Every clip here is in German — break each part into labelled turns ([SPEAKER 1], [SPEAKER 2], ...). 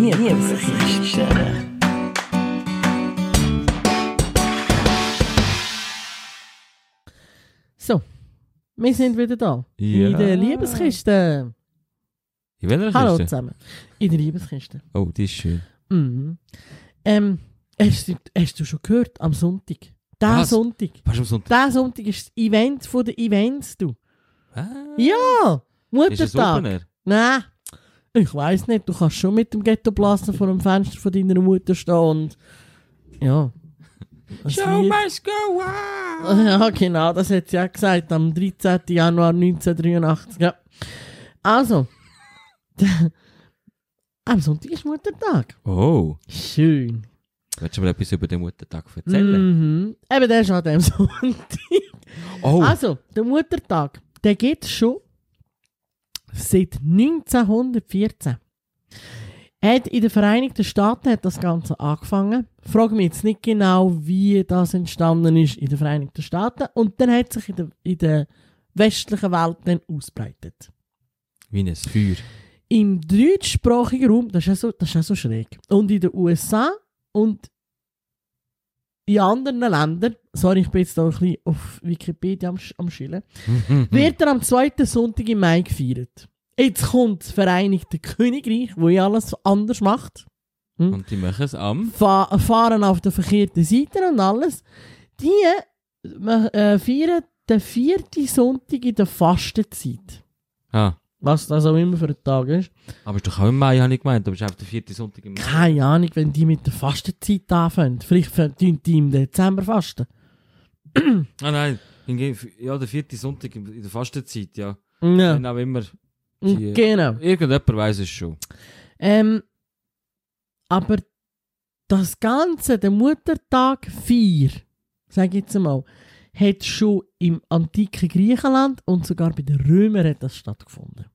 [SPEAKER 1] nie jest źle.
[SPEAKER 2] So, wir sind wieder da.
[SPEAKER 3] Ja.
[SPEAKER 2] In der Liebeskiste.
[SPEAKER 3] In welcher
[SPEAKER 2] Hallo
[SPEAKER 3] Kiste?
[SPEAKER 2] zusammen. In der Liebeskiste.
[SPEAKER 3] Oh, die ist schön.
[SPEAKER 2] Mhm. Ähm, hast, du- hast du schon gehört? Am Sonntag. Der
[SPEAKER 3] Was?
[SPEAKER 2] Sonntag.
[SPEAKER 3] Was am Sonntag?
[SPEAKER 2] Der Sonntag ist das Event von den Events, du.
[SPEAKER 3] Ah,
[SPEAKER 2] Ja!
[SPEAKER 3] ist es
[SPEAKER 2] Muttertag.
[SPEAKER 3] Opener?
[SPEAKER 2] Nein. Ich weiß nicht, du kannst schon mit dem Ghetto Blaster vor dem Fenster von deiner Mutter stehen und... Ja. Ein Lied.
[SPEAKER 3] must go on!
[SPEAKER 2] Ja, genau, das hat sie auch gesagt, am 13. Januar 1983. Ja. Also, am Sonntag ist Muttertag.
[SPEAKER 3] Oh,
[SPEAKER 2] Schön.
[SPEAKER 3] willst du mir etwas über den Muttertag erzählen?
[SPEAKER 2] Mhm. Eben, der ist an dem Sonntag.
[SPEAKER 3] Oh,
[SPEAKER 2] Also, der Muttertag, der geht schon seit 1914. Hat in den Vereinigten Staaten hat das Ganze angefangen. Frage mich jetzt nicht genau, wie das entstanden ist in den Vereinigten Staaten. Und dann hat sich in der, in der westlichen Welt dann ausbreitet.
[SPEAKER 3] wie ein Feuer.
[SPEAKER 2] Im deutschsprachigen Raum, das ist ja so, das ist ja so schräg. Und in den USA und in anderen Ländern, sorry, ich bin jetzt da ein bisschen auf Wikipedia am, Sch- am Schillen, Hm. wird er am zweiten Sonntag im Mai gefeiert. Jetzt kommt das Vereinigte Königreich, wo ja alles anders macht.
[SPEAKER 3] Und die machen es am...
[SPEAKER 2] Fa fahren auf der verkehrten Seite und alles. Die äh, feiern den vierten Sonntag in der Fastenzeit.
[SPEAKER 3] Ah,
[SPEAKER 2] Was das auch immer für ein Tag ist.
[SPEAKER 3] aber ist doch auch im Mai, habe ich gemeint. Aber es ist einfach der vierte Sonntag im Mai.
[SPEAKER 2] Keine Ahnung, wenn die mit der Fastenzeit anfangen. Vielleicht fangen die im Dezember fasten.
[SPEAKER 3] Ah nein, hingegen- ja, der vierte Sonntag im- in der Fastenzeit, ja.
[SPEAKER 2] Ja,
[SPEAKER 3] Wenn auch immer. die-
[SPEAKER 2] genau.
[SPEAKER 3] Irgendjemand weiß es schon.
[SPEAKER 2] Ähm, aber das Ganze, der Muttertag 4, sage ich jetzt mal, hat schon im antiken Griechenland und sogar bei den Römern hat das stattgefunden.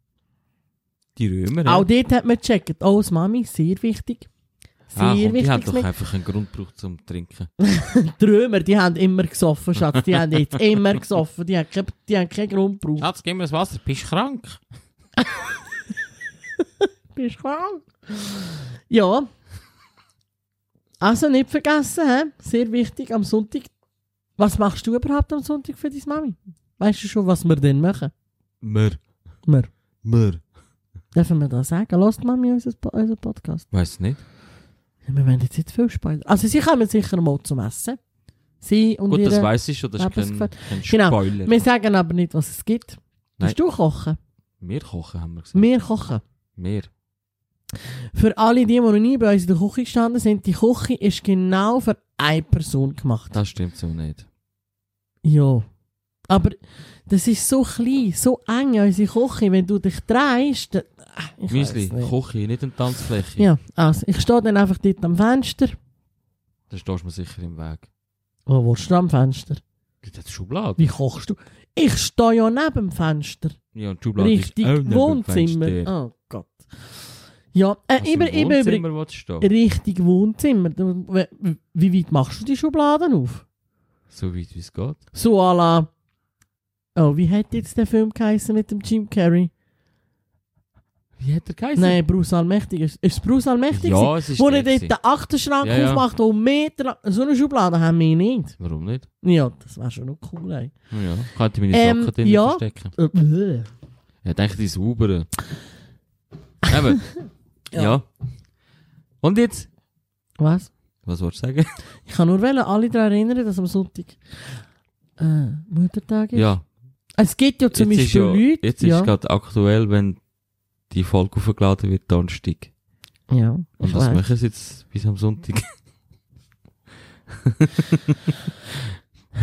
[SPEAKER 3] Die Römer,
[SPEAKER 2] Auch dort hat man gecheckt, oh, das Mami, sehr wichtig. Sehr
[SPEAKER 3] ah, komm, die haben
[SPEAKER 2] wichtig.
[SPEAKER 3] doch einfach einen Grund gebraucht zum Trinken.
[SPEAKER 2] Die Römer, die haben immer gesoffen, Schatz. Die haben jetzt immer gesoffen. Die haben, kein, die haben keinen Grund gebraucht.
[SPEAKER 3] Schatz, gib mir das Wasser, bist du krank?
[SPEAKER 2] Bist krank? Ja. Also nicht vergessen, hä? sehr wichtig am Sonntag. Was machst du überhaupt am Sonntag für deine Mami? Weißt du schon, was wir denn machen?
[SPEAKER 3] Mer.
[SPEAKER 2] Wir.
[SPEAKER 3] Mer.
[SPEAKER 2] Dürfen wir das sagen? Lasst Mami unseren, Po- unseren Podcast.
[SPEAKER 3] Weiß nicht.
[SPEAKER 2] Ja, wir werden jetzt nicht viel spoilern. Also sie kommen sicher mal zum Essen. Sie und
[SPEAKER 3] Gut, das
[SPEAKER 2] ihre...
[SPEAKER 3] weiß ich schon, das ist kein,
[SPEAKER 2] Lebensgefähr-
[SPEAKER 3] kein
[SPEAKER 2] Genau.
[SPEAKER 3] Spoiler.
[SPEAKER 2] Wir sagen aber nicht, was es gibt.
[SPEAKER 3] Nein.
[SPEAKER 2] Willst du kochen?
[SPEAKER 3] Wir kochen, haben wir gesagt.
[SPEAKER 2] Wir kochen.
[SPEAKER 3] Wir.
[SPEAKER 2] Für alle, die, die noch nie bei uns in der Küche gestanden sind, die Küche ist genau für eine Person gemacht.
[SPEAKER 3] Das stimmt so nicht.
[SPEAKER 2] Ja. Aber das ist so klein, so eng, unsere Küche. Wenn du dich drehst, dann, Ah, ich weiss
[SPEAKER 3] Müsli,
[SPEAKER 2] nicht.
[SPEAKER 3] Küche, nicht eine Tanzfläche.
[SPEAKER 2] Ja, also ich stehe dann einfach dort am Fenster.
[SPEAKER 3] Da stehst du mir sicher im Weg.
[SPEAKER 2] Wo willst du am Fenster?
[SPEAKER 3] Das ist Schublade.
[SPEAKER 2] Wie kochst du? Ich stehe ja neben dem Fenster.
[SPEAKER 3] Ja, und die Schublade
[SPEAKER 2] Richtig
[SPEAKER 3] ist auch neben dem
[SPEAKER 2] Wohnzimmer.
[SPEAKER 3] Fenster.
[SPEAKER 2] Oh Gott. Ja,
[SPEAKER 3] Hast du
[SPEAKER 2] äh, immer,
[SPEAKER 3] Also im
[SPEAKER 2] immer,
[SPEAKER 3] Wohnzimmer
[SPEAKER 2] übrigens.
[SPEAKER 3] willst du stehen?
[SPEAKER 2] Richtig Wohnzimmer. Du- we- Wie weit machst du die Schubladen auf?
[SPEAKER 3] So weit wie es geht.
[SPEAKER 2] So à la. Oh, wie hat jetzt der Film geheißen mit dem Jim Carrey?
[SPEAKER 3] Wie hat er geheißen?
[SPEAKER 2] Nein, Bruce Allmächtig. Ist ist es Bruce Allmächtig?
[SPEAKER 3] Ja, es ist
[SPEAKER 2] Wo
[SPEAKER 3] der
[SPEAKER 2] er dort
[SPEAKER 3] gewesen.
[SPEAKER 2] den Achterschrank
[SPEAKER 3] Ja, ja.
[SPEAKER 2] aufmacht und Meter lang... So eine Schublade haben wir nicht.
[SPEAKER 3] Warum nicht?
[SPEAKER 2] Ja, das wäre schon noch cool, ey.
[SPEAKER 3] Ja, könnte meine
[SPEAKER 2] Ähm,
[SPEAKER 3] Socken drin
[SPEAKER 2] ja.
[SPEAKER 3] verstecken.
[SPEAKER 2] Äh, bäh.
[SPEAKER 3] Ja, denke die sauberen. Eben. ja.
[SPEAKER 2] Ja.
[SPEAKER 3] Und jetzt?
[SPEAKER 2] Was?
[SPEAKER 3] Was wolltest du sagen?
[SPEAKER 2] Ich kann nur wollen, alle daran erinnern, dass am Sonntag äh, Muttertag ist.
[SPEAKER 3] ja.
[SPEAKER 2] Es gibt ja zum
[SPEAKER 3] jetzt ist
[SPEAKER 2] Beispiel
[SPEAKER 3] ja,
[SPEAKER 2] Leute...
[SPEAKER 3] Jetzt
[SPEAKER 2] ja.
[SPEAKER 3] ist gerade aktuell, wenn die Folge aufgeladen wird, Donnerstag.
[SPEAKER 2] ja,
[SPEAKER 3] Und
[SPEAKER 2] ich
[SPEAKER 3] was
[SPEAKER 2] weiss.
[SPEAKER 3] machen sie jetzt bis am Sonntag?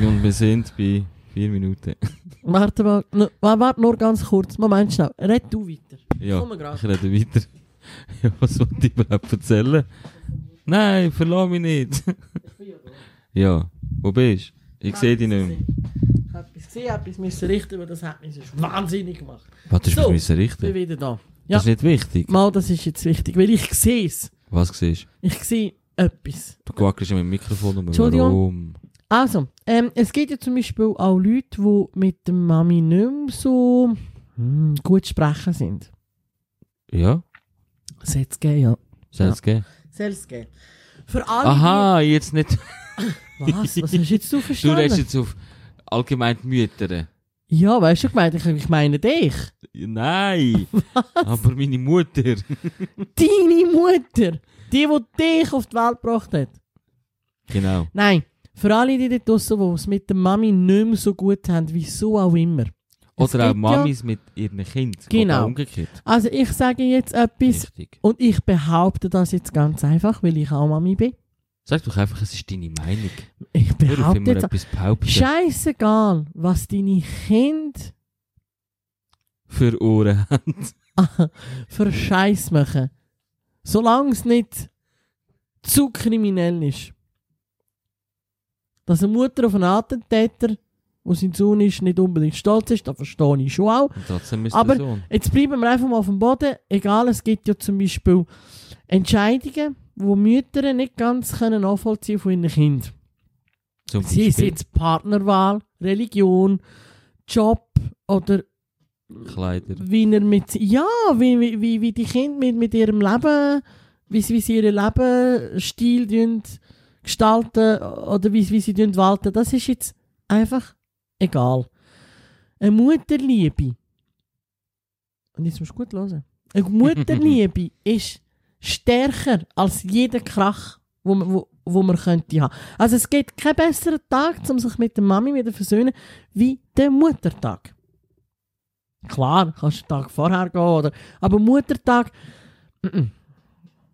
[SPEAKER 3] Und wir sind bei vier Minuten.
[SPEAKER 2] Warte mal, n- warte nur ganz kurz. Moment, schnell. Red du weiter.
[SPEAKER 3] Ja,
[SPEAKER 2] Komm grad.
[SPEAKER 3] ich rede weiter. Ja, was wollte ich überhaupt erzählen? Nein, verlass mich nicht. Ja, wo bist du? Ich sehe dich nicht mehr.
[SPEAKER 2] Ich habe etwas gesehen, etwas müssen richten, aber das hat mich sonst wahnsinnig gemacht.
[SPEAKER 3] Warte,
[SPEAKER 2] So.
[SPEAKER 3] du musst mich
[SPEAKER 2] Ich bin
[SPEAKER 3] richten.
[SPEAKER 2] wieder da.
[SPEAKER 3] Das ist nicht wichtig.
[SPEAKER 2] Mal, das ist jetzt wichtig, weil ich sehe es.
[SPEAKER 3] Was siehst du?
[SPEAKER 2] Ich sehe etwas.
[SPEAKER 3] Du quackelst mit dem Mikrofon um.
[SPEAKER 2] Entschuldigung.
[SPEAKER 3] Warum?
[SPEAKER 2] Also, ähm, es gibt ja zum Beispiel auch Leute, die mit der Mami nicht mehr so hm, gut sprechen sind.
[SPEAKER 3] Ja,
[SPEAKER 2] Das hat's gegeben, ja.
[SPEAKER 3] Soll's geben?
[SPEAKER 2] Selbst gehen. Für alle.
[SPEAKER 3] Aha, jetzt nicht.
[SPEAKER 2] Die, was? Was hast jetzt du
[SPEAKER 3] Du redest
[SPEAKER 2] verstanden?
[SPEAKER 3] jetzt auf allgemein die Mütter.
[SPEAKER 2] ja, weißt du, gemeint, ich, ich meine dich.
[SPEAKER 3] Nein, aber meine Mutter.
[SPEAKER 2] Deine Mutter. Die, die dich auf die Welt gebracht hat.
[SPEAKER 3] Genau.
[SPEAKER 2] Nein, für alle, die dort draussen, die es mit der Mami nicht mehr so gut haben, wieso auch immer. Es
[SPEAKER 3] Oder auch
[SPEAKER 2] gibt
[SPEAKER 3] Mamis mit ihren Kindern.
[SPEAKER 2] Genau.
[SPEAKER 3] Oder umgekehrt.
[SPEAKER 2] Ja, also ich sage jetzt etwas
[SPEAKER 3] Richtig.
[SPEAKER 2] und ich behaupte das jetzt ganz einfach, weil ich auch Mami bin.
[SPEAKER 3] Sag doch einfach, es ist deine Meinung.
[SPEAKER 2] Ich
[SPEAKER 3] Hör auf,
[SPEAKER 2] behaupte
[SPEAKER 3] immer
[SPEAKER 2] jetzt
[SPEAKER 3] etwas behaupten.
[SPEAKER 2] Scheißegal, was deine Kinder
[SPEAKER 3] Für Ohren.
[SPEAKER 2] für Scheiß machen. Solange es nicht zu kriminell ist. Dass eine Mutter auf einen Attentäter, wo sein Sohn ist, nicht unbedingt stolz ist, das verstehe ich schon auch.
[SPEAKER 3] Und trotzdem ist
[SPEAKER 2] Aber-
[SPEAKER 3] der Sohn.
[SPEAKER 2] Jetzt bleiben wir einfach mal auf dem Boden. Egal, es gibt ja zum Beispiel Entscheidungen, wo Mütter nicht ganz können nachvollziehen von ihren Kindern.
[SPEAKER 3] Zum
[SPEAKER 2] Sei es
[SPEAKER 3] Beispiel
[SPEAKER 2] jetzt Partnerwahl, Religion, Job oder
[SPEAKER 3] Kleider.
[SPEAKER 2] wie er mit ja wie wie wie, wie die Kinder mit, mit ihrem Leben wie sie, wie sie ihren Lebensstil dünn gestalten oder wie, wie sie dünn walten das ist jetzt einfach egal eine Mutterliebe und jetzt musst du gut hören eine Mutterliebe ist stärker als jeder Krach wo man, wo, wo man könnte haben also es gibt keinen besseren Tag um sich mit der Mami wieder versöhnen wie der Muttertag Klar, kannst einen Tag vorher gehen, oder? Aber Muttertag, mhm.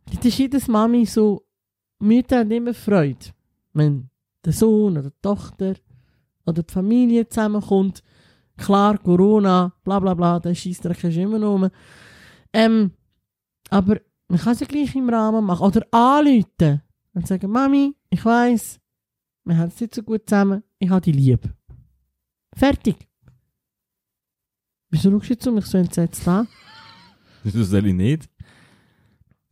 [SPEAKER 2] das ist jedes dus Mami so, Mütter haben immer Freude, wenn der Sohn oder die Tochter oder die Familie zusammenkommt. Klar, Corona, bla bla bla, der Scheissdreck ist immer rum. Ähm, aber man kann es ja gleich im Rahmen machen. Oder anrufen und sagen, Mami, ich weiss, wir haben es nicht so gut zusammen, ich habe dich lieb. Fertig. Wieso schaust du jetzt um mich so entsetzt an?
[SPEAKER 3] Das soll ich nicht.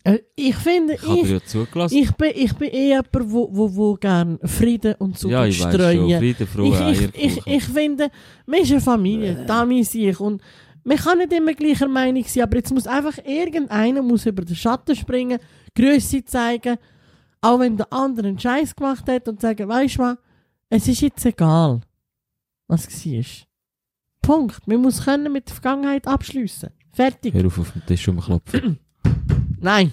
[SPEAKER 2] Äh, ich finde,
[SPEAKER 3] Ich habe
[SPEAKER 2] ich,
[SPEAKER 3] dir ja zugelassen.
[SPEAKER 2] ich, bin, ich bin eh jemand, wo, wo, wo gerne Frieden und so
[SPEAKER 3] ja, ich weiß schon.
[SPEAKER 2] streuen.
[SPEAKER 3] Friede, frohe
[SPEAKER 2] ich, ich, ich,
[SPEAKER 3] Eierkuchen.
[SPEAKER 2] ich finde, man ist eine Familie, da bin ich. Und man kann nicht immer gleicher Meinung sein, aber jetzt muss einfach irgendeiner muss über den Schatten springen, Größe zeigen, auch wenn der andere einen Scheiß gemacht hat und sagen, weißt du was, es ist jetzt egal, was war. Punkt. Man muss können mit der Vergangenheit abschliessen. Fertig.
[SPEAKER 3] Hör auf, auf den Tisch rumklopfen.
[SPEAKER 2] Nein,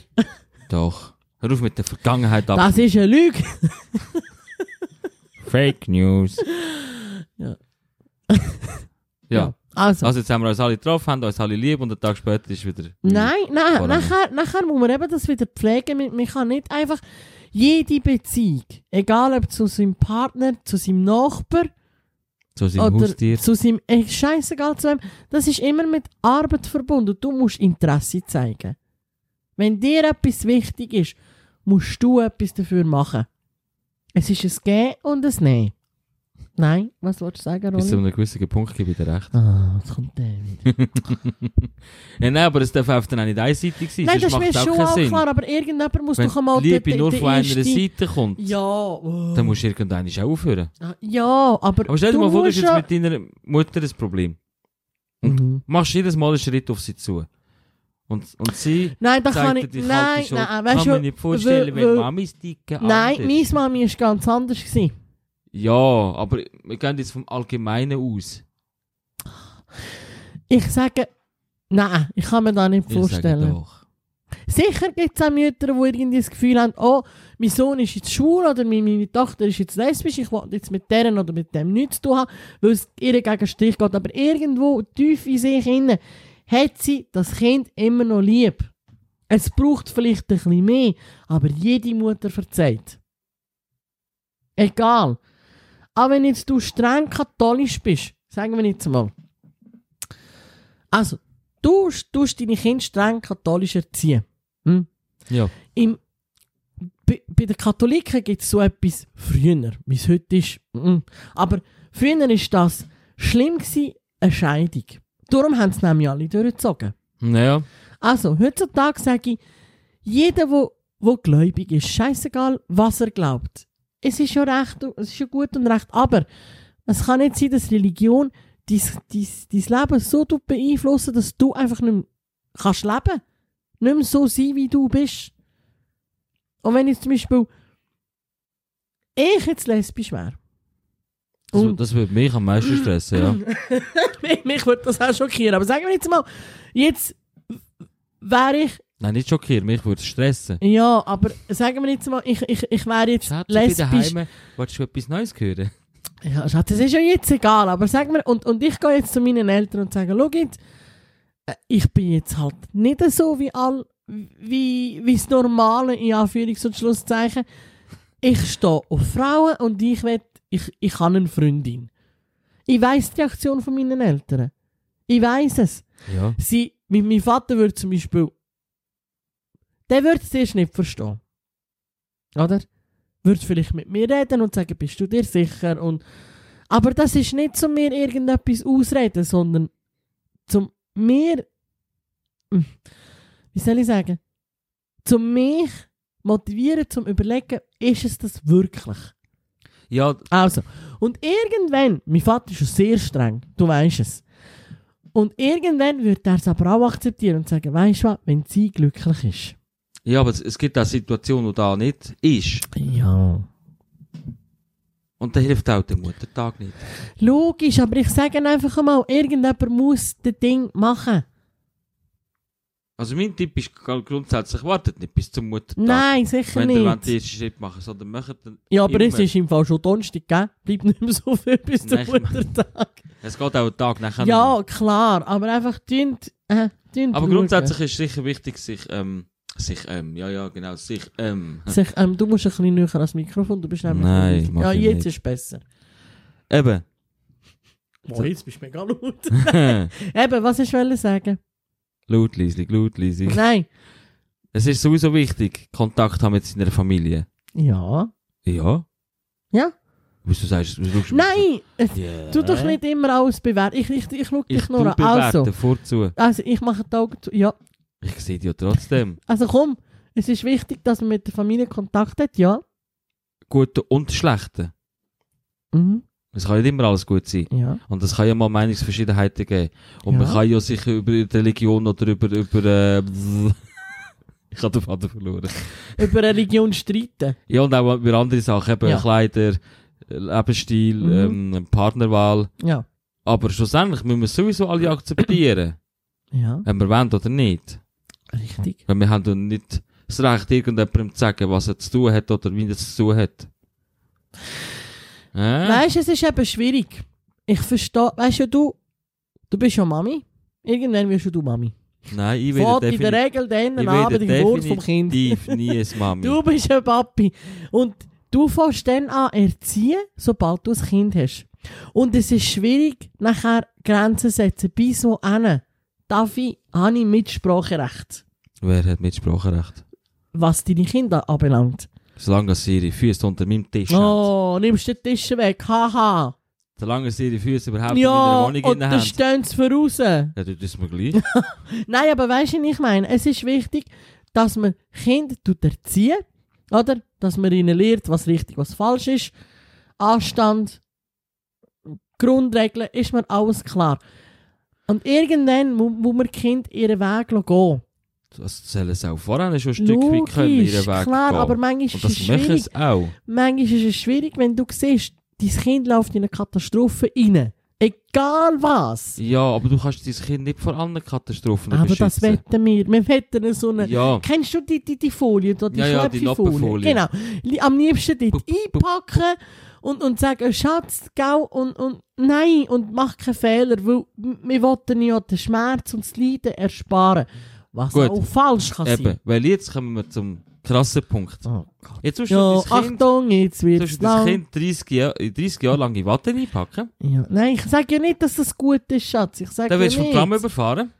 [SPEAKER 3] Doch. Hör auf mit der Vergangenheit ab.
[SPEAKER 2] das ist eine Lüge.
[SPEAKER 3] Fake News.
[SPEAKER 2] Ja.
[SPEAKER 3] ja.
[SPEAKER 2] Also.
[SPEAKER 3] Also jetzt haben wir uns alle getroffen, haben uns alle lieb und einen Tag später ist wieder...
[SPEAKER 2] Nein, nein,
[SPEAKER 3] Vor allem.
[SPEAKER 2] nachher, nachher muss man eben das wieder pflegen. Man, man kann nicht einfach jede Beziehung, egal ob zu seinem Partner, zu seinem Nachbar
[SPEAKER 3] So sind
[SPEAKER 2] oder
[SPEAKER 3] Haustier.
[SPEAKER 2] zu seinem ey, scheißegal zu wem, das ist immer mit Arbeit verbunden. Du musst Interesse zeigen. Wenn dir etwas wichtig ist, musst du etwas dafür machen. Es ist ein Gehen und ein Nein. Nein, was wolltest du sagen,
[SPEAKER 3] Bis zu
[SPEAKER 2] Ronny?
[SPEAKER 3] einem gewissen Punkt gebe ich dir recht.
[SPEAKER 2] Ah, jetzt kommt der wieder.
[SPEAKER 3] Ja, nein, aber es darf einfach dann auch nicht einseitig sein.
[SPEAKER 2] Nein, das
[SPEAKER 3] sonst
[SPEAKER 2] ist mir
[SPEAKER 3] macht auch
[SPEAKER 2] schon
[SPEAKER 3] keinen
[SPEAKER 2] auch
[SPEAKER 3] Sinn.
[SPEAKER 2] klar, aber irgendjemand muss
[SPEAKER 3] Wenn
[SPEAKER 2] doch einmal
[SPEAKER 3] die Liebe nur
[SPEAKER 2] der
[SPEAKER 3] von einer
[SPEAKER 2] erste-
[SPEAKER 3] Seite kommt,
[SPEAKER 2] Ja, oh.
[SPEAKER 3] dann musst du irgendwann auch aufhören.
[SPEAKER 2] Ah, ja, aber.
[SPEAKER 3] Aber stell dir
[SPEAKER 2] du
[SPEAKER 3] mal vor, du hast
[SPEAKER 2] musst
[SPEAKER 3] jetzt
[SPEAKER 2] ja-
[SPEAKER 3] mit deiner Mutter ein Problem.
[SPEAKER 2] Mhm.
[SPEAKER 3] Machst jedes Mal einen Schritt auf sie zu. Und, und sie
[SPEAKER 2] Nein, da kann
[SPEAKER 3] zeigt dir
[SPEAKER 2] ich.
[SPEAKER 3] die
[SPEAKER 2] Nein,
[SPEAKER 3] kalte Schulter.
[SPEAKER 2] nein,
[SPEAKER 3] Kann
[SPEAKER 2] weißt
[SPEAKER 3] man
[SPEAKER 2] du.
[SPEAKER 3] nicht vorstellen,
[SPEAKER 2] weil-
[SPEAKER 3] wenn Mamis dicke
[SPEAKER 2] Nein,
[SPEAKER 3] anders.
[SPEAKER 2] meine Mami war ganz anders. Gewesen.
[SPEAKER 3] Ja, aber wir gehen jetzt vom Allgemeinen aus.
[SPEAKER 2] Ich sage. Nein, ich kann mir das nicht
[SPEAKER 3] Ich sage
[SPEAKER 2] vorstellen.
[SPEAKER 3] doch.
[SPEAKER 2] Sicher gibt es auch Mütter, die irgendwie das Gefühl haben, oh, mein Sohn ist jetzt schwul oder meine, meine Tochter ist jetzt lesbisch, ich will jetzt mit deren oder mit dem nichts zu tun haben, weil es ihr gegen den Strich geht. Aber irgendwo tief in sich hinein hat sie das Kind immer noch lieb. Es braucht vielleicht ein bisschen mehr, aber jede Mutter verzeiht. Egal. Auch wenn jetzt du streng katholisch bist, sagen wir jetzt mal. Also, du tust deine Kinder streng katholisch erziehen. Hm?
[SPEAKER 3] Ja.
[SPEAKER 2] Im, bei, bei den Katholiken gibt es so etwas früher, wie es heute ist. Mhm. Aber früher war das schlimm, gewesen, eine Scheidung. Darum haben sie nämlich alle durchgezogen.
[SPEAKER 3] Naja,
[SPEAKER 2] Also, heutzutage sage ich, jeder, der wo, wo gläubig ist, scheißegal, was er glaubt. Es ist ja recht, und- es ist ja gut und recht, aber es kann nicht sein, dass Religion dein, dein, dein Leben so tut beeinflussen dass du einfach nicht mehr kannst leben kannst. Nicht mehr so sein, wie du bist. Und wenn jetzt zum Beispiel ich jetzt lesbisch wäre,
[SPEAKER 3] Das,
[SPEAKER 2] Und-
[SPEAKER 3] das würde mich am meisten stressen, ja.
[SPEAKER 2] mich, mich würde das auch schockieren, aber sagen wir jetzt mal, jetzt wäre ich,
[SPEAKER 3] Nein, nicht schockieren, mich würde es stressen.
[SPEAKER 2] ja, aber sagen wir jetzt mal, ich, ich, ich wäre jetzt
[SPEAKER 3] Schatz, ich bin
[SPEAKER 2] lesbisch.
[SPEAKER 3] daheim. Wolltest du etwas Neues hören?
[SPEAKER 2] Ja, Schatz, es ist ja jetzt egal, aber sagen wir, und, und ich gehe jetzt zu meinen Eltern und sage, schau jetzt, äh, ich bin jetzt halt nicht so wie all, wie, wie das Normale, in Anführungs- und Schlusszeichen. Ich stehe auf Frauen und ich will, ich, ich habe eine Freundin. Ich weiss die Reaktion von meinen Eltern. Ich weiss es.
[SPEAKER 3] Ja.
[SPEAKER 2] Sie, mein, mein Vater würde zum Beispiel, der würde es erst nicht verstehen. Oder? Würde vielleicht mit mir reden und sagen, bist du dir sicher? Und, aber das ist nicht zum mir irgendetwas ausreden, sondern zum mir, Hm. wie soll ich sagen, zum mich motivieren, zum überlegen, ist es das wirklich?
[SPEAKER 3] Ja,
[SPEAKER 2] Also, und irgendwann, mein Vater ist schon sehr streng, du weißt es. Und irgendwann wird er es aber auch akzeptieren und sagen, weißt du was, wenn sie glücklich ist.
[SPEAKER 3] ja aber es, es gibt auch Situationen, die da nicht ist.
[SPEAKER 2] Ja.
[SPEAKER 3] Und da hilft auch der Muttertag nicht.
[SPEAKER 2] Logisch, aber ich sage einfach einmal, irgendjemand muss das Ding machen.
[SPEAKER 3] Also mein Tipp ist gr- grundsätzlich, wartet nicht bis zum Muttertag.
[SPEAKER 2] Nein, sicher
[SPEAKER 3] Wenn ihr wollt den
[SPEAKER 2] nicht.
[SPEAKER 3] ersten Schritt machen sondern macht den
[SPEAKER 2] Ja, aber es
[SPEAKER 3] immer.
[SPEAKER 2] ist im Fall schon Donnerstag, gell? Bleibt nicht mehr so viel bis zum
[SPEAKER 3] Nein, ich meine-
[SPEAKER 2] Muttertag.
[SPEAKER 3] Es geht auch einen Tag nachher.
[SPEAKER 2] Ja, klar, aber einfach dünnt. Äh, dünnt
[SPEAKER 3] Aber
[SPEAKER 2] schauen.
[SPEAKER 3] grundsätzlich ist es sicher wichtig, sich, ähm, sich, ähm, ja, ja, genau, sich, ähm,
[SPEAKER 2] Sich, ähm, du musst ein bisschen näher ans Mikrofon, du bist nämlich.
[SPEAKER 3] Nein, mach
[SPEAKER 2] Ja,
[SPEAKER 3] ich
[SPEAKER 2] jetzt
[SPEAKER 3] nicht.
[SPEAKER 2] ist besser.
[SPEAKER 3] eben.
[SPEAKER 2] Boah, jetzt bist du mega laut.
[SPEAKER 3] laut,
[SPEAKER 2] Eben, was ich wollte sagen?
[SPEAKER 3] leislich, laut, leislich.
[SPEAKER 2] Nein.
[SPEAKER 3] Es ist sowieso wichtig, Kontakt haben mit seiner Familie.
[SPEAKER 2] Ja.
[SPEAKER 3] Ja?
[SPEAKER 2] Ja?
[SPEAKER 3] Wieso sagst du, wieso schaust du mich
[SPEAKER 2] Nein!
[SPEAKER 3] so- Ja.
[SPEAKER 2] Tu doch nicht immer alles bewerten. Ich, ich, ich schaue dich
[SPEAKER 3] Ich
[SPEAKER 2] nur
[SPEAKER 3] nur
[SPEAKER 2] an.
[SPEAKER 3] bewerte
[SPEAKER 2] Also,
[SPEAKER 3] vorzu.
[SPEAKER 2] also, ich mache die Augen zu. Ja.
[SPEAKER 3] Ich sehe dich ja trotzdem.
[SPEAKER 2] Also komm, es ist wichtig, dass man mit der Familie Kontakt hat, ja.
[SPEAKER 3] Gute und schlechte.
[SPEAKER 2] Mhm.
[SPEAKER 3] Es kann nicht immer alles gut sein.
[SPEAKER 2] Ja.
[SPEAKER 3] Und es kann ja mal Meinungsverschiedenheiten geben. Und
[SPEAKER 2] Ja.
[SPEAKER 3] man kann ja sich über die eh, Religion oder über, über, äh, ich habe den Vater verloren.
[SPEAKER 2] Über Religion streiten.
[SPEAKER 3] Ja, und auch über andere Sachen, eben
[SPEAKER 2] Ja.
[SPEAKER 3] Kleider, äh, Lebensstil,
[SPEAKER 2] Mhm.
[SPEAKER 3] ähm, Partnerwahl.
[SPEAKER 2] Ja.
[SPEAKER 3] Aber schlussendlich müssen wir sowieso alle akzeptieren,
[SPEAKER 2] Ja.
[SPEAKER 3] ob wir wollen oder nicht.
[SPEAKER 2] Richtig.
[SPEAKER 3] Weil wir haben ja nicht das Recht, irgendjemandem zu sagen, was er zu tun hat oder wie er es zu tun hat. Äh?
[SPEAKER 2] Weißt du, es ist eben schwierig. Ich verstehe, weißt du, du, du bist ja Mami. Irgendwann wirst du Mami.
[SPEAKER 3] Nein, ich
[SPEAKER 2] Fährt
[SPEAKER 3] werde
[SPEAKER 2] in der
[SPEAKER 3] definitiv,
[SPEAKER 2] Regel dann
[SPEAKER 3] ich
[SPEAKER 2] Abend
[SPEAKER 3] werde
[SPEAKER 2] die Geburt vom Kind.
[SPEAKER 3] definitiv nie ein Mami.
[SPEAKER 2] Du bist ein Papi. Und du fängst dann an erziehen, sobald du ein Kind hast. Und es ist schwierig, nachher Grenzen zu setzen. Bis wohin darf ich, habe ich Mitspracherecht,
[SPEAKER 3] Wer hat Mitspracherecht?
[SPEAKER 2] was deine Kinder anbelangt.
[SPEAKER 3] Solange sie ihre Füße unter meinem Tisch haben.
[SPEAKER 2] Oh, nimmst du den Tisch weg, haha.
[SPEAKER 3] Solange sie ihre Füße überhaupt
[SPEAKER 2] Ja,
[SPEAKER 3] in
[SPEAKER 2] und
[SPEAKER 3] meiner Wohnung drin
[SPEAKER 2] dann
[SPEAKER 3] haben.
[SPEAKER 2] stehen sie voraus.
[SPEAKER 3] Ja, das ist mir gleich.
[SPEAKER 2] Nein, aber weißt du, wie ich meine, es ist wichtig, dass man Kinder tut erziehen, oder? Dass man ihnen lehrt, was richtig, was falsch ist. Anstand, Grundregeln, ist mir alles klar. Und irgendwann mu- muss man Kind ihren Weg lassen gehen.
[SPEAKER 3] Das sollen sie auch vorher schon ein Stück weit
[SPEAKER 2] Logisch,
[SPEAKER 3] können, ihren Weg
[SPEAKER 2] klar,
[SPEAKER 3] gehen.
[SPEAKER 2] aber manchmal ist
[SPEAKER 3] Und
[SPEAKER 2] es
[SPEAKER 3] das machen
[SPEAKER 2] schwierig.
[SPEAKER 3] sie auch.
[SPEAKER 2] Manchmal ist es schwierig, wenn du siehst, dein Kind läuft in eine Katastrophe rein. Egal was.
[SPEAKER 3] Ja, aber du kannst dein Kind nicht vor anderen Katastrophen
[SPEAKER 2] Aber das
[SPEAKER 3] beschützen.
[SPEAKER 2] wetten wir. Wir wetten so eine
[SPEAKER 3] ja,
[SPEAKER 2] Kennst du die, die, die Folie, da, die
[SPEAKER 3] Ja, ja, die
[SPEAKER 2] Schnäpfchenfolie?
[SPEAKER 3] Lappenfolie.
[SPEAKER 2] Genau. Li- Am liebsten dort
[SPEAKER 3] Bup, bup, bup.
[SPEAKER 2] einpacken und, und sagen, "Oh, Schatz, gau und, und nein, und mach keinen Fehler, weil m- wir wollten ja den Schmerz und das Leiden ersparen. Was
[SPEAKER 3] Gut.
[SPEAKER 2] auch falsch kann sein.
[SPEAKER 3] eben. Weil jetzt kommen wir zum krassen Punkt.
[SPEAKER 2] Oh Gott.
[SPEAKER 3] Jetzt musst du
[SPEAKER 2] Ja,
[SPEAKER 3] dein Kind,
[SPEAKER 2] Achtung, jetzt
[SPEAKER 3] du
[SPEAKER 2] wird's
[SPEAKER 3] musst dein
[SPEAKER 2] lang.
[SPEAKER 3] Kind 30, Jahr, 30 Jahre lang in Watte einpacken.
[SPEAKER 2] Ja. Nein, ich sage ja nicht, dass das gut ist, Schatz. Ich sage
[SPEAKER 3] Dann
[SPEAKER 2] ja
[SPEAKER 3] wirst du vom Tram
[SPEAKER 2] nicht.
[SPEAKER 3] überfahren.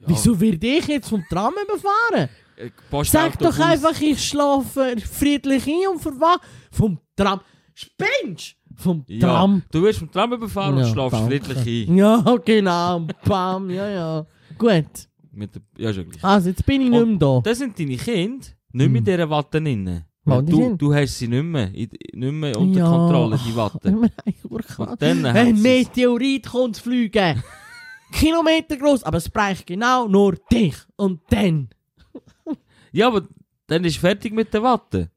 [SPEAKER 3] Ja,
[SPEAKER 2] Wieso wird ich jetzt vom Tram überfahren?
[SPEAKER 3] äh, Postauto
[SPEAKER 2] Sag doch
[SPEAKER 3] raus.
[SPEAKER 2] einfach, ich schlafe friedlich ein und verwach vom Tram. Spinnst? Vom
[SPEAKER 3] Ja,
[SPEAKER 2] Tram.
[SPEAKER 3] Du wirst vom Tram überfahren
[SPEAKER 2] Ja, Hm.
[SPEAKER 3] und schlafst
[SPEAKER 2] danke.
[SPEAKER 3] friedlich ein.
[SPEAKER 2] Ja, genau. Bam, ja, ja. Ah, Gut.
[SPEAKER 3] Mit der, ja, ist ja gleich.
[SPEAKER 2] Also, jetzt bin ich nicht mehr da.
[SPEAKER 3] Das sind deine Kinder nicht mehr in dieser Watte drin.
[SPEAKER 2] Wo Hm. die
[SPEAKER 3] Du,
[SPEAKER 2] sind?
[SPEAKER 3] du hast sie nicht mehr, in- nicht mehr unter
[SPEAKER 2] ja.
[SPEAKER 3] Kontrolle, die Watte.
[SPEAKER 2] Ach, nein, Urknall.
[SPEAKER 3] Und dann haben
[SPEAKER 2] Ein
[SPEAKER 3] sie's-
[SPEAKER 2] Meteorit kommt fliegen. Ah, nou Kilometer groß, aber es braucht genau nur dich. Und dann.
[SPEAKER 3] Ja, aber Dann ist fertig mit der Watte.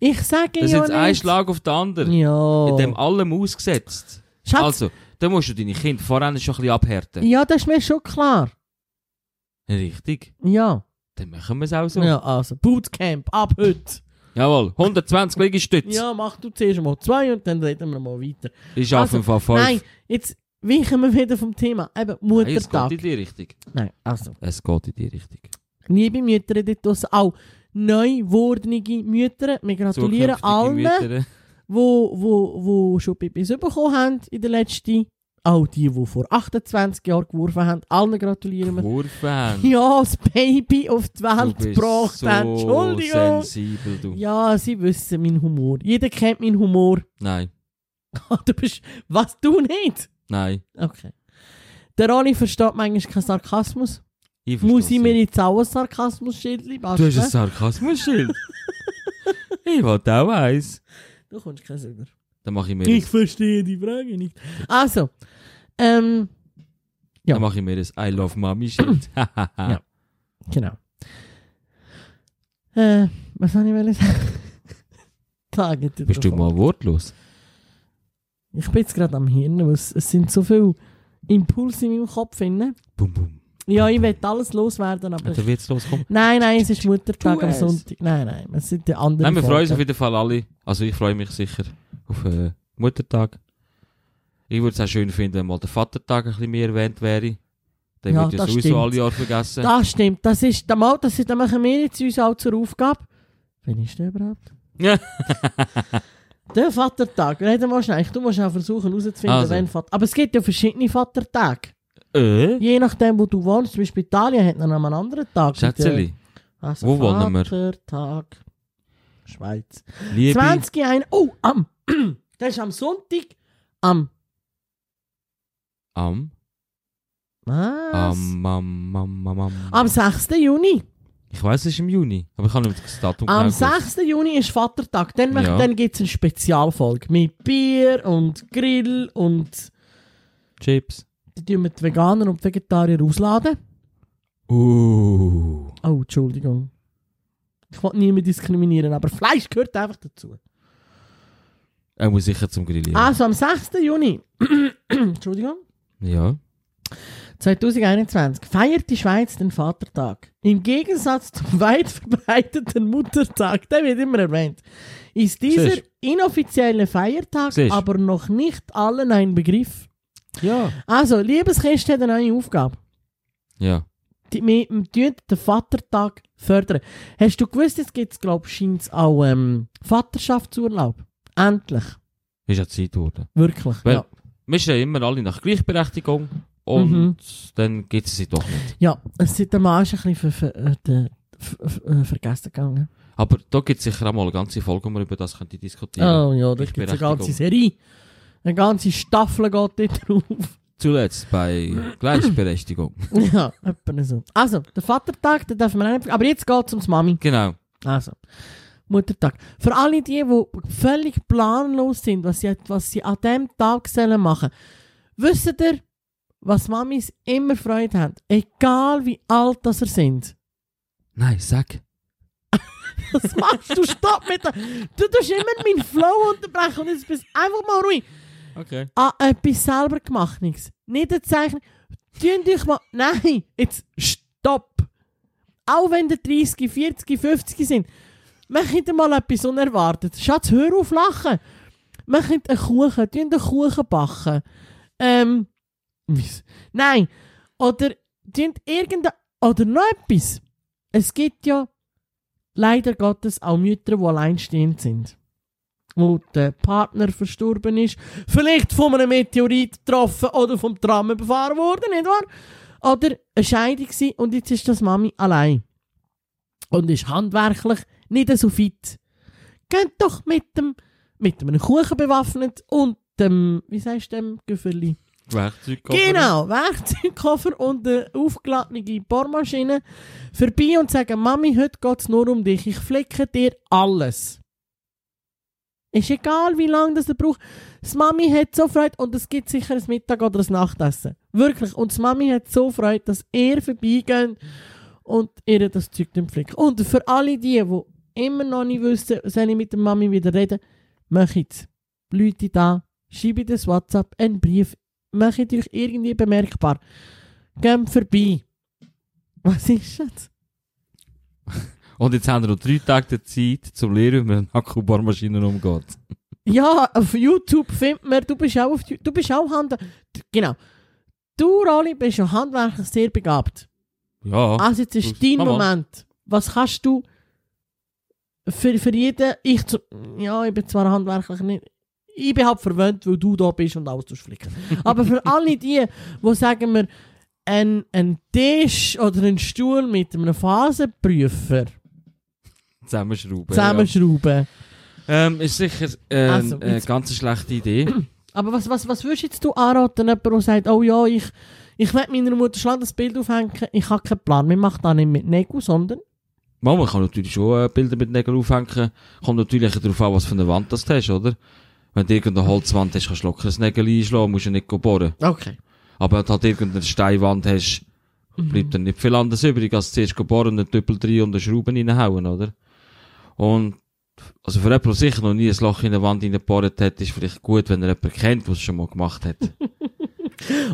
[SPEAKER 2] Ich sage
[SPEAKER 3] Das ist
[SPEAKER 2] ja
[SPEAKER 3] jetzt ein
[SPEAKER 2] nicht.
[SPEAKER 3] Schlag auf den anderen.
[SPEAKER 2] Ja.
[SPEAKER 3] In dem allem ausgesetzt.
[SPEAKER 2] Schatz,
[SPEAKER 3] Also, dann musst du deine Kinder vorher schon ein bisschen abhärten.
[SPEAKER 2] ja, das ist mir schon klar.
[SPEAKER 3] Richtig.
[SPEAKER 2] Ja.
[SPEAKER 3] Dann machen wir es auch so.
[SPEAKER 2] Ja, also Bootcamp, ab heute.
[SPEAKER 3] Jawohl, 120 Liegestütze.
[SPEAKER 2] Ja, mach du zuerst mal zwei und dann reden wir mal weiter.
[SPEAKER 3] Ich schaffe im Fall 5.
[SPEAKER 2] Also, Nein, jetzt weichen wir wieder vom Thema. Eben,
[SPEAKER 3] es
[SPEAKER 2] Muttertag.
[SPEAKER 3] geht in die Richtung.
[SPEAKER 2] Nein, also.
[SPEAKER 3] Es geht in die Richtung.
[SPEAKER 2] Liebe Mütter dort draussen, auch neu gewordene Mütter, wir gratulieren
[SPEAKER 3] Zukünftige
[SPEAKER 2] allen, die
[SPEAKER 3] Mütter.
[SPEAKER 2] wo, wo, wo schon Babys bekommen haben in der letzten, auch die, die vor 28 Jahren geworfen haben, allen gratulieren wir.
[SPEAKER 3] Kurven.
[SPEAKER 2] Ja, das Baby auf die
[SPEAKER 3] Du
[SPEAKER 2] Welt
[SPEAKER 3] bist
[SPEAKER 2] gebracht
[SPEAKER 3] so
[SPEAKER 2] haben. Entschuldigung.
[SPEAKER 3] sensibel, du.
[SPEAKER 2] Ja, sie wissen meinen Humor. Jeder kennt meinen Humor.
[SPEAKER 3] Nein,
[SPEAKER 2] du bist... Was, du nicht?
[SPEAKER 3] nein.
[SPEAKER 2] Okay. Der Oli versteht manchmal keinen Sarkasmus.
[SPEAKER 3] Ich verstehe
[SPEAKER 2] Muss ich
[SPEAKER 3] es
[SPEAKER 2] mir
[SPEAKER 3] nicht.
[SPEAKER 2] jetzt auch ein Sarkasmus-Schildchen
[SPEAKER 3] Du hast ein
[SPEAKER 2] basteln?
[SPEAKER 3] Sarkasmus-Schild. ich wollte auch eins.
[SPEAKER 2] Du kommst keins über.
[SPEAKER 3] Dann mache ich mir,
[SPEAKER 2] Ich
[SPEAKER 3] ein,
[SPEAKER 2] verstehe die Frage nicht. Also, ähm, ja.
[SPEAKER 3] dann mache ich mir ein I love Mami-Schild. ja.
[SPEAKER 2] Genau. Äh, was soll ich wollen sagen? Tage
[SPEAKER 3] Bist du mal wortlos?
[SPEAKER 2] Ich bin jetzt gerade am Hirn, weil es, es sind so viele Impulse in meinem Kopf. Drin.
[SPEAKER 3] Bum, bum.
[SPEAKER 2] Ja, ich will alles loswerden, aber...
[SPEAKER 3] Ja, dann wird's loskommen.
[SPEAKER 2] Nein, nein, es ist Muttertag
[SPEAKER 3] Tu
[SPEAKER 2] am
[SPEAKER 3] es.
[SPEAKER 2] Sonntag. Nein, nein, es sind die anderen
[SPEAKER 3] Nein, wir freuen uns auf
[SPEAKER 2] Folgen.
[SPEAKER 3] jeden Fall alle. Also ich freue mich sicher auf äh, Muttertag. Ich würde es auch schön finden, wenn mal der Vatertag ein bisschen mehr erwähnt wäre. Den
[SPEAKER 2] Ja,
[SPEAKER 3] wird ja
[SPEAKER 2] das
[SPEAKER 3] sowieso
[SPEAKER 2] stimmt.
[SPEAKER 3] alle Jahre vergessen.
[SPEAKER 2] Das stimmt, das ist... da mal- Das ist da machen wir jetzt uns auch zur Aufgabe. Wen ist der überhaupt?
[SPEAKER 3] Ja.
[SPEAKER 2] der Vatertag, reden wir schnell. Du musst auch versuchen herauszufinden,
[SPEAKER 3] Also.
[SPEAKER 2] wen Vater... Aber es gibt ja verschiedene Vatertage.
[SPEAKER 3] äh?
[SPEAKER 2] Je nachdem, wo du wohnst, zum Beispiel Italien hat noch einen anderen Tag.
[SPEAKER 3] Schätzeli,
[SPEAKER 2] Also
[SPEAKER 3] Wo wohnen wir?
[SPEAKER 2] Vatertag. Schweiz.
[SPEAKER 3] liebe...
[SPEAKER 2] 20 ein. Oh, am. Das ist am Sonntag. Am.
[SPEAKER 3] Am...
[SPEAKER 2] Was?
[SPEAKER 3] Am, am, am, am, am.
[SPEAKER 2] Am 6. Juni.
[SPEAKER 3] Ich weiß, es ist im Juni, aber ich habe nicht das Datum
[SPEAKER 2] Am
[SPEAKER 3] genau gewusst.
[SPEAKER 2] 6. Juni ist Vatertag. Dann,
[SPEAKER 3] Ja.
[SPEAKER 2] dann gibt es eine Spezialfolge mit Bier und Grill und
[SPEAKER 3] Chips.
[SPEAKER 2] dann tun wir die Veganer und die Vegetarier ausladen.
[SPEAKER 3] Uh.
[SPEAKER 2] Oh, Entschuldigung. Ich wollte niemanden diskriminieren, aber Fleisch gehört einfach dazu.
[SPEAKER 3] Er muss sicher zum Grillieren.
[SPEAKER 2] Also am 6. Juni, Entschuldigung,
[SPEAKER 3] Ja.
[SPEAKER 2] 2021 feiert die Schweiz den Vatertag. Im Gegensatz zum weit verbreiteten Muttertag, der wird immer erwähnt, ist dieser
[SPEAKER 3] Siehst.
[SPEAKER 2] inoffizielle Feiertag
[SPEAKER 3] Siehst.
[SPEAKER 2] aber noch nicht allen ein Begriff.
[SPEAKER 3] Ja.
[SPEAKER 2] Also, liebes Christ hat eine neue Aufgabe.
[SPEAKER 3] Ja.
[SPEAKER 2] Die- Wir wir tun den Vatertag fördern. Hast du gewusst, es gibt, glaube ich, scheint's auch ähm, Vaterschaftsurlaub? Endlich.
[SPEAKER 3] Ist ja Zeit geworden.
[SPEAKER 2] Wirklich.
[SPEAKER 3] Weil-
[SPEAKER 2] ja.
[SPEAKER 3] Wir stehen immer alle nach Gleichberechtigung und
[SPEAKER 2] Mhm.
[SPEAKER 3] dann gibt es sie doch nicht.
[SPEAKER 2] Ja, es sind der Mann ist ein bisschen ver, ver, äh, der- ver, ver, äh, vergessen gegangen.
[SPEAKER 3] Aber da gibt es sicher auch mal eine ganze Folge, wo wir über das könnte diskutieren.
[SPEAKER 2] Oh ja, da
[SPEAKER 3] Ich
[SPEAKER 2] gibt es eine
[SPEAKER 3] Berechtigung.
[SPEAKER 2] ganze Serie. Eine ganze Staffel geht dort drauf.
[SPEAKER 3] Zuletzt bei Gleichberechtigung.
[SPEAKER 2] ja, etwa so. Also, der Vatertag, den dürfen wir auch nicht ver- Aber jetzt geht es ums Mami.
[SPEAKER 3] genau.
[SPEAKER 2] Also, Muttertag. Für alle die, die völlig planlos sind, was sie, was sie an diesem Tag sollen machen wisst ihr, was Mamis immer Freude haben? Egal wie alt das sie sind.
[SPEAKER 3] Nein, sag.
[SPEAKER 2] Was machst du? Stopp mit der... Du tust immer meinen Flow unterbrechen und jetzt bist du einfach mal ruhig.
[SPEAKER 3] Okay.
[SPEAKER 2] an Ah, etwas selber gemacht. Nichts. Nicht eine Zeichnung. Tun dich mal. Nein, jetzt stopp. Auch wenn ihr 30, 40, 50 sind, macht ihr mal etwas unerwartet. Schatz, hör auf lachen. Macht einen Kuchen, tun den Kuchen backen. Ähm. weiss- Nein. Oder tun irgendein. Oder noch etwas. Es gibt ja leider Gottes auch Mütter, die alleinstehend sind. Wo der Partner verstorben ist vielleicht von einem Meteorit getroffen oder vom Tram überfahren worden, nicht wahr? Oder eine Scheidung gewesen und jetzt ist das Mami allein. Und ist handwerklich nicht so fit. Geht doch mit dem, mit einem Kuchen bewaffnet und dem, wie sagst du dem, Gefühlli?
[SPEAKER 3] Werkzeugkoffer.
[SPEAKER 2] Genau, Werkzeugkoffer und eine aufgeladene Bohrmaschine vorbei und sagen, Mami, heute geht es nur um dich. Ich flicke dir alles. Ist egal, wie lange das er braucht. Das Mami hat so Freude und es gibt sicher ein Mittag oder ein Nachtessen. Wirklich. Und das Mami hat so Freude, dass er vorbeigeht und ihr das Zeug dann flicken. Und für alle die, die immer noch nicht wissen, soll ich mit der Mami wieder reden, macht Leute da, schreibt das WhatsApp, einen Brief, macht euch irgendwie bemerkbar. Geht vorbei. Was ist das?
[SPEAKER 3] Und jetzt haben wir noch drei Tage Zeit zum Lehren, wie man mit Akkubohrmaschinen umgeht.
[SPEAKER 2] Ja, auf YouTube findet man, du bist auch auf Ju- du bist auch Hand genau. Du, Rolli, bist ja handwerklich sehr begabt.
[SPEAKER 3] Ja.
[SPEAKER 2] Also jetzt ist
[SPEAKER 3] du-
[SPEAKER 2] dein
[SPEAKER 3] mach mal.
[SPEAKER 2] Moment. Was kannst du für, für jeden, ich zu, ja, ich bin zwar handwerklich nicht, ich bin halt verwöhnt, weil du da bist und alles tust flicken. Aber für alle die, wo sagen wir, ein, ein Tisch oder ein Stuhl mit einem Phasenprüfer
[SPEAKER 3] Zusammenschrauben.
[SPEAKER 2] zusammenschrauben.
[SPEAKER 3] Ja. Ähm, ist sicher äh,
[SPEAKER 2] Also,
[SPEAKER 3] eine
[SPEAKER 2] jetzt-
[SPEAKER 3] ganz schlechte Idee.
[SPEAKER 2] Aber was, was, was würdest jetzt du anraten, jemand, der sagt, oh ja, ich, ich will meiner Mutter schon das Bild aufhängen, ich habe keinen Plan, wir machen da nicht mit Nego, sondern
[SPEAKER 3] Mal, man kann natürlich schon äh, Bilder mit Nägeln aufhängen. Kommt natürlich darauf an, was für eine Wand das du hast, oder? Wenn du irgendeine Holzwand hast, kannst du locker ein Nägel einschlagen, musst du nicht bohren.
[SPEAKER 2] okay.
[SPEAKER 3] Aber wenn du halt irgendeine Steinwand hast, bleibt dann nicht viel anderes übrig, als zuerst bohren, einen Doppel drin und eine Schraube reinhauen, oder? Und, also für jemanden, der sicher noch nie ein Loch in der Wand reingebohrt hat, ist vielleicht gut, wenn er jemanden kennt, der es schon mal gemacht hat.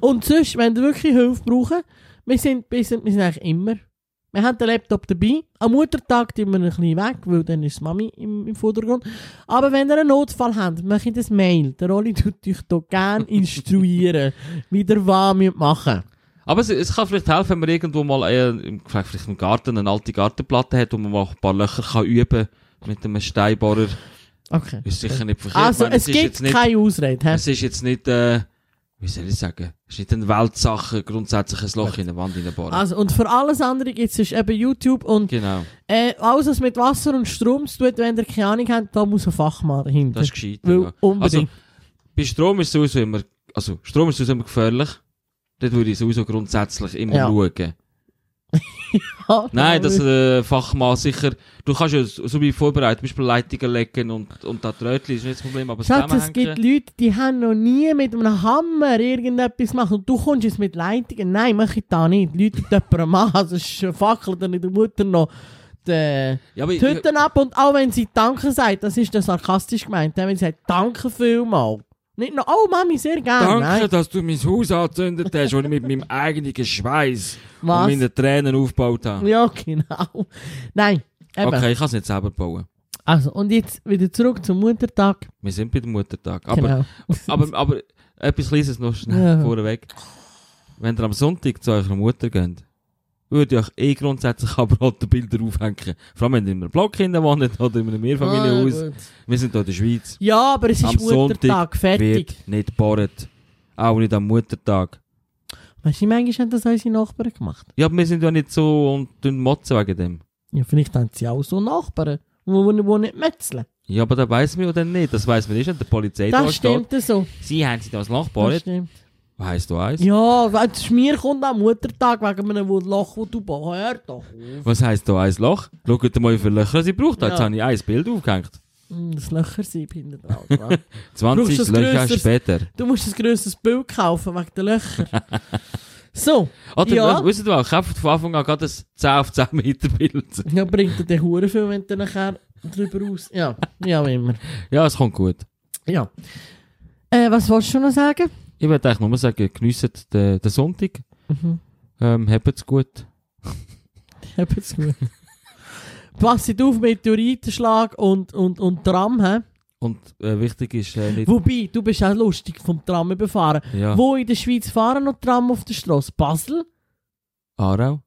[SPEAKER 2] Und sonst, wenn ihr wirklich Hilfe braucht, wir sind, wir sind, wir sind eigentlich immer. Wir haben den Laptop dabei. Am Muttertag tun wir ihn ein bisschen weg, weil dann ist die Mami im, im Vordergrund. Aber wenn ihr einen Notfall habt, macht ihr das Mail. Der Oli tut euch da gerne instruieren, wie ihr was müsst machen
[SPEAKER 3] Aber es, es kann vielleicht helfen, wenn man irgendwo mal äh, im- vielleicht vielleicht im Garten eine alte Gartenplatte hat, wo man mal ein paar Löcher kann üben mit einem Steinbohrer.
[SPEAKER 2] Okay.
[SPEAKER 3] Ist sicher nicht verkehrt.
[SPEAKER 2] Also,
[SPEAKER 3] Ich meine,
[SPEAKER 2] es gibt
[SPEAKER 3] jetzt nicht,
[SPEAKER 2] keine Ausrede. hä?
[SPEAKER 3] Es ist jetzt nicht, äh, wie soll ich sagen, es ist nicht eine Weltsache, grundsätzlich ein Loch in der Wand reinbohren.
[SPEAKER 2] Also, und für alles andere gibt es eben YouTube und
[SPEAKER 3] genau,
[SPEAKER 2] äh, alles, was mit Wasser und Strom zu tun hat, wenn ihr keine Ahnung habt, da muss ein Fachmann dahinter.
[SPEAKER 3] das ist gescheit.
[SPEAKER 2] Weil
[SPEAKER 3] ja. Also,
[SPEAKER 2] unbedingt.
[SPEAKER 3] bei Strom ist sowieso immer, also Strom ist sowieso immer gefährlich. Dort würde ich sowieso grundsätzlich immer
[SPEAKER 2] Ja.
[SPEAKER 3] schauen. Nein, das äh, Fachmann sicher. Du kannst ja so so wie vorbereitet, zum Beispiel Leitungen legen und, und da Trötli ist nicht das Problem, aber
[SPEAKER 2] Schatz, es gibt
[SPEAKER 3] zusammenhängen-
[SPEAKER 2] Leute, die haben noch nie mit einem Hammer irgendetwas gemacht und du kommst jetzt mit Leitungen. Nein, mach ich da nicht. Leute jemandem an, also es fackelt dann in der Mutter noch die
[SPEAKER 3] ja, aber
[SPEAKER 2] die
[SPEAKER 3] ich, ich,
[SPEAKER 2] Hütten ab und auch wenn sie Danke sagt, das ist dann sarkastisch gemeint, wenn sie sagt Danke vielmal. Nicht noch, oh Mami, sehr gerne.
[SPEAKER 3] äh, Danke,
[SPEAKER 2] Nein,
[SPEAKER 3] dass du mein Haus angezündet hast, wo ich mit meinem eigenen Schweiß
[SPEAKER 2] was?
[SPEAKER 3] und meinen Tränen aufgebaut habe.
[SPEAKER 2] Ja, genau. Nein, eben.
[SPEAKER 3] Okay, ich kann es nicht selber bauen.
[SPEAKER 2] Also, und jetzt wieder zurück zum Muttertag.
[SPEAKER 3] Wir sind bei dem Muttertag. Aber,
[SPEAKER 2] Genau.
[SPEAKER 3] aber, aber etwas Kleines noch schnell
[SPEAKER 2] Ja.
[SPEAKER 3] vorweg. Wenn ihr am Sonntag zu eurer Mutter geht, würde ich euch eh grundsätzlich abraten, Bilder aufhängen. Vor allem, wenn ihr in einem Block hinten wohnt oder in einem Mehrfamilienhaus.
[SPEAKER 2] Ah, gut.
[SPEAKER 3] Wir sind hier in der Schweiz.
[SPEAKER 2] Ja, aber es ist
[SPEAKER 3] Am
[SPEAKER 2] Muttertag, fertig.
[SPEAKER 3] Wird nicht gebohrt. Auch nicht am Muttertag.
[SPEAKER 2] Weißt du, manchmal haben das unsere Nachbarn gemacht.
[SPEAKER 3] Ja, aber wir sind ja nicht so und tun motzen wegen dem.
[SPEAKER 2] Ja, vielleicht haben sie auch so Nachbarn, die wo, wo nicht metzeln.
[SPEAKER 3] Ja, aber das weiß man ja dann nicht. Das weiß man nicht, wenn der Polizei da
[SPEAKER 2] Das
[SPEAKER 3] steht.
[SPEAKER 2] stimmt so.
[SPEAKER 3] Sie haben sich das
[SPEAKER 2] Das
[SPEAKER 3] nachgebaut.
[SPEAKER 2] stimmt.
[SPEAKER 3] Weißt du eins?
[SPEAKER 2] Ja, weil das Schmier kommt am Muttertag wegen einem wo- Loch, wo du baust. Hör doch auf.
[SPEAKER 3] Was heisst da ein Loch? Schaut mal, wie viele Löcher sie braucht. Jetzt
[SPEAKER 2] Ja.
[SPEAKER 3] habe ich ein Bild aufgehängt.
[SPEAKER 2] Hm, Das Löchersieb hinten dran. oder?
[SPEAKER 3] 20
[SPEAKER 2] Brauchst du ein
[SPEAKER 3] Löcher
[SPEAKER 2] grösseres-
[SPEAKER 3] später.
[SPEAKER 2] du musst ein grösseres Bild kaufen wegen den Löchern. so,
[SPEAKER 3] Oder
[SPEAKER 2] Ja.
[SPEAKER 3] ja. wisst ihr was? Kauft von Anfang an gerade ein 10 auf 10 Meter Bild.
[SPEAKER 2] ja, bringt dir den Huren viel, wenn du nachher drüber raus. Ja, ja, wie immer.
[SPEAKER 3] Ja, es kommt gut.
[SPEAKER 2] Ja. Äh, was wolltest du noch sagen?
[SPEAKER 3] Ich würde eigentlich nur sagen, geniessen den, den Sonntag.
[SPEAKER 2] Mhm.
[SPEAKER 3] Ähm, habt's gut.
[SPEAKER 2] Habt's gut. Passet auf Meteoritenschlag und, und, und Tram. He?
[SPEAKER 3] Und äh, wichtig ist äh, nicht...
[SPEAKER 2] Wobei, du bist auch lustig vom Tram überfahren.
[SPEAKER 3] Ja.
[SPEAKER 2] Wo in der Schweiz fahren noch Tram auf der Straße? Basel?
[SPEAKER 3] Aarau?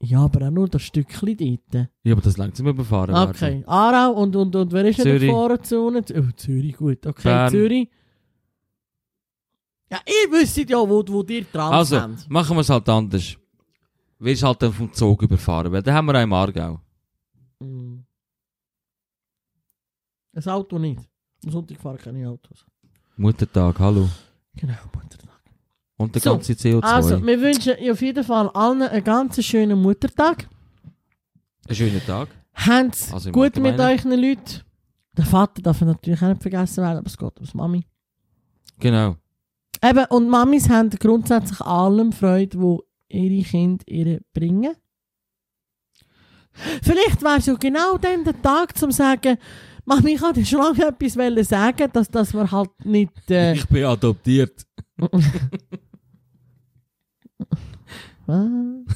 [SPEAKER 2] Ja, aber auch nur das Stückchen dort. Ah,
[SPEAKER 3] Ja, aber das langt zum Überfahren. Aarau.
[SPEAKER 2] Okay, Aarau und, und, und wer ist denn
[SPEAKER 3] Zürich.
[SPEAKER 2] da vorne zu uns? Oh, Zürich, gut. Okay,
[SPEAKER 3] Bern.
[SPEAKER 2] Zürich. Ja, ihr wisst ja, wo, wo ihr Trams
[SPEAKER 3] Also,
[SPEAKER 2] habt.
[SPEAKER 3] machen wir es halt anders. Wirst halt dann vom Zug überfahren, weil dann haben wir einen im Aargau.
[SPEAKER 2] Mm. Ein Auto nicht. Am Sonntag fahren keine Autos.
[SPEAKER 3] Muttertag, hallo.
[SPEAKER 2] Genau, Muttertag.
[SPEAKER 3] Und der
[SPEAKER 2] So,
[SPEAKER 3] ganze CO2.
[SPEAKER 2] Also, wir wünschen auf jeden Fall allen einen ganz schönen Muttertag.
[SPEAKER 3] Einen schönen Tag.
[SPEAKER 2] Habt's
[SPEAKER 3] Also im
[SPEAKER 2] gut mit
[SPEAKER 3] Allgemeinen.
[SPEAKER 2] euren Leuten. Der Vater darf natürlich auch nicht vergessen werden, aber es geht ums Mami.
[SPEAKER 3] Genau.
[SPEAKER 2] Eben, und Mamis haben grundsätzlich allem Freude, wo ihre Kinder ihr bringen. Vielleicht wäre es ja genau dann der Tag, um zu sagen, Mami, ich wollte schon lange etwas wollen sagen, dass, dass wir halt nicht... Äh,
[SPEAKER 3] Ich bin adoptiert.
[SPEAKER 2] was?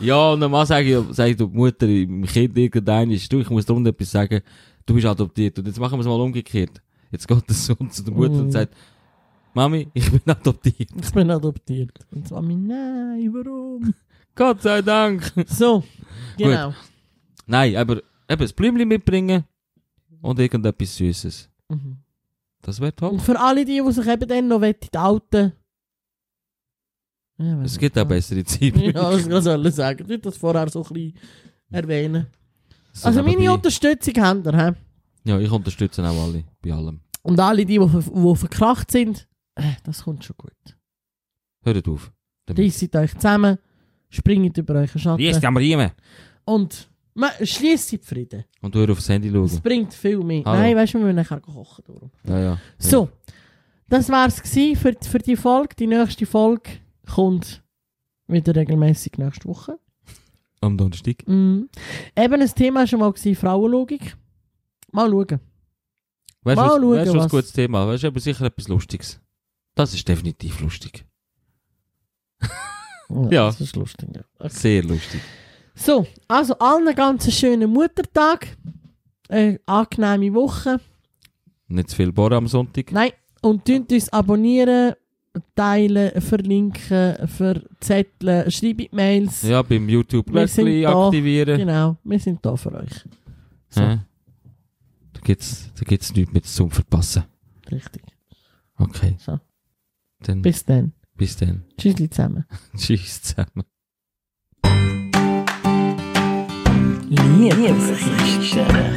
[SPEAKER 3] Ja, und dann sage ich, sagt die Mutter im Kind irgendein, du, ich muss darum etwas sagen, du bist adoptiert. Und jetzt machen wir es mal umgekehrt. Jetzt geht der Sohn zu der Mutter
[SPEAKER 2] Mhm.
[SPEAKER 3] und sagt, Mami, ich bin adoptiert.
[SPEAKER 2] ich bin adoptiert. Und zwar mein Nein, warum?
[SPEAKER 3] Gott sei Dank.
[SPEAKER 2] So, genau.
[SPEAKER 3] Nein, aber eben das Blümchen mitbringen und irgendetwas Süßes.
[SPEAKER 2] Mhm.
[SPEAKER 3] Das wäre top.
[SPEAKER 2] Und für alle die, die sich eben dann noch in die Alten... Ja, weiss
[SPEAKER 3] Es
[SPEAKER 2] ich
[SPEAKER 3] gibt auch
[SPEAKER 2] nicht.
[SPEAKER 3] bessere Zeiten.
[SPEAKER 2] Ja, das kann ich gerade sagen. Ich wollte das vorher so ein bisschen erwähnen.
[SPEAKER 3] So
[SPEAKER 2] Also meine
[SPEAKER 3] nebenbei.
[SPEAKER 2] Unterstützung habt ihr. He?
[SPEAKER 3] Ja, ich unterstütze auch alle, bei allem.
[SPEAKER 2] Und alle die, die, ver die verkracht sind, äh, das kommt schon gut.
[SPEAKER 3] Hört auf.
[SPEAKER 2] Reisset euch zusammen, springt über euren Schatten
[SPEAKER 3] am Riemen.
[SPEAKER 2] und schließt Frieden.
[SPEAKER 3] Und hör aufs Handy
[SPEAKER 2] Es
[SPEAKER 3] schauen.
[SPEAKER 2] bringt viel mehr.
[SPEAKER 3] Hallo.
[SPEAKER 2] Nein, weißt du, wir müssen nachher kochen. Darum.
[SPEAKER 3] Ja, ja.
[SPEAKER 2] So, das war es für, die- für die Folge. Die nächste Folge kommt wieder regelmäßig nächste Woche.
[SPEAKER 3] Am Donnerstag.
[SPEAKER 2] Mhm. Eben ein Thema war schon mal gewesen, Frauenlogik. Mal schauen.
[SPEAKER 3] Weißt du,
[SPEAKER 2] Mal
[SPEAKER 3] was,
[SPEAKER 2] schauen,
[SPEAKER 3] weißt, du, was ein
[SPEAKER 2] was-
[SPEAKER 3] gutes Thema Weißt du, aber sicher etwas Lustiges. Das ist definitiv lustig. Ja.
[SPEAKER 2] Das ist lustig. Ja. Okay.
[SPEAKER 3] Sehr lustig.
[SPEAKER 2] So, also allen ganz einen schönen Muttertag. Eine angenehme Woche.
[SPEAKER 3] Nicht zu viel Bohren am Sonntag.
[SPEAKER 2] Nein, und könnt uns abonnieren, teilen, verlinken, verzetteln, schreibt Mails.
[SPEAKER 3] Ja, beim YouTube
[SPEAKER 2] Wir sind
[SPEAKER 3] Glöckchen
[SPEAKER 2] da.
[SPEAKER 3] aktivieren.
[SPEAKER 2] Genau, wir sind da für euch. So,
[SPEAKER 3] Hä? Da gibt's, da gibt's nichts mehr zum Verpassen.
[SPEAKER 2] richtig.
[SPEAKER 3] Okay.
[SPEAKER 2] So.
[SPEAKER 3] Dann bis,
[SPEAKER 2] Bis dann.
[SPEAKER 3] dann.
[SPEAKER 2] Tschüssli zusammen.
[SPEAKER 3] Tschüss zusammen.
[SPEAKER 2] Liebesgeschichten.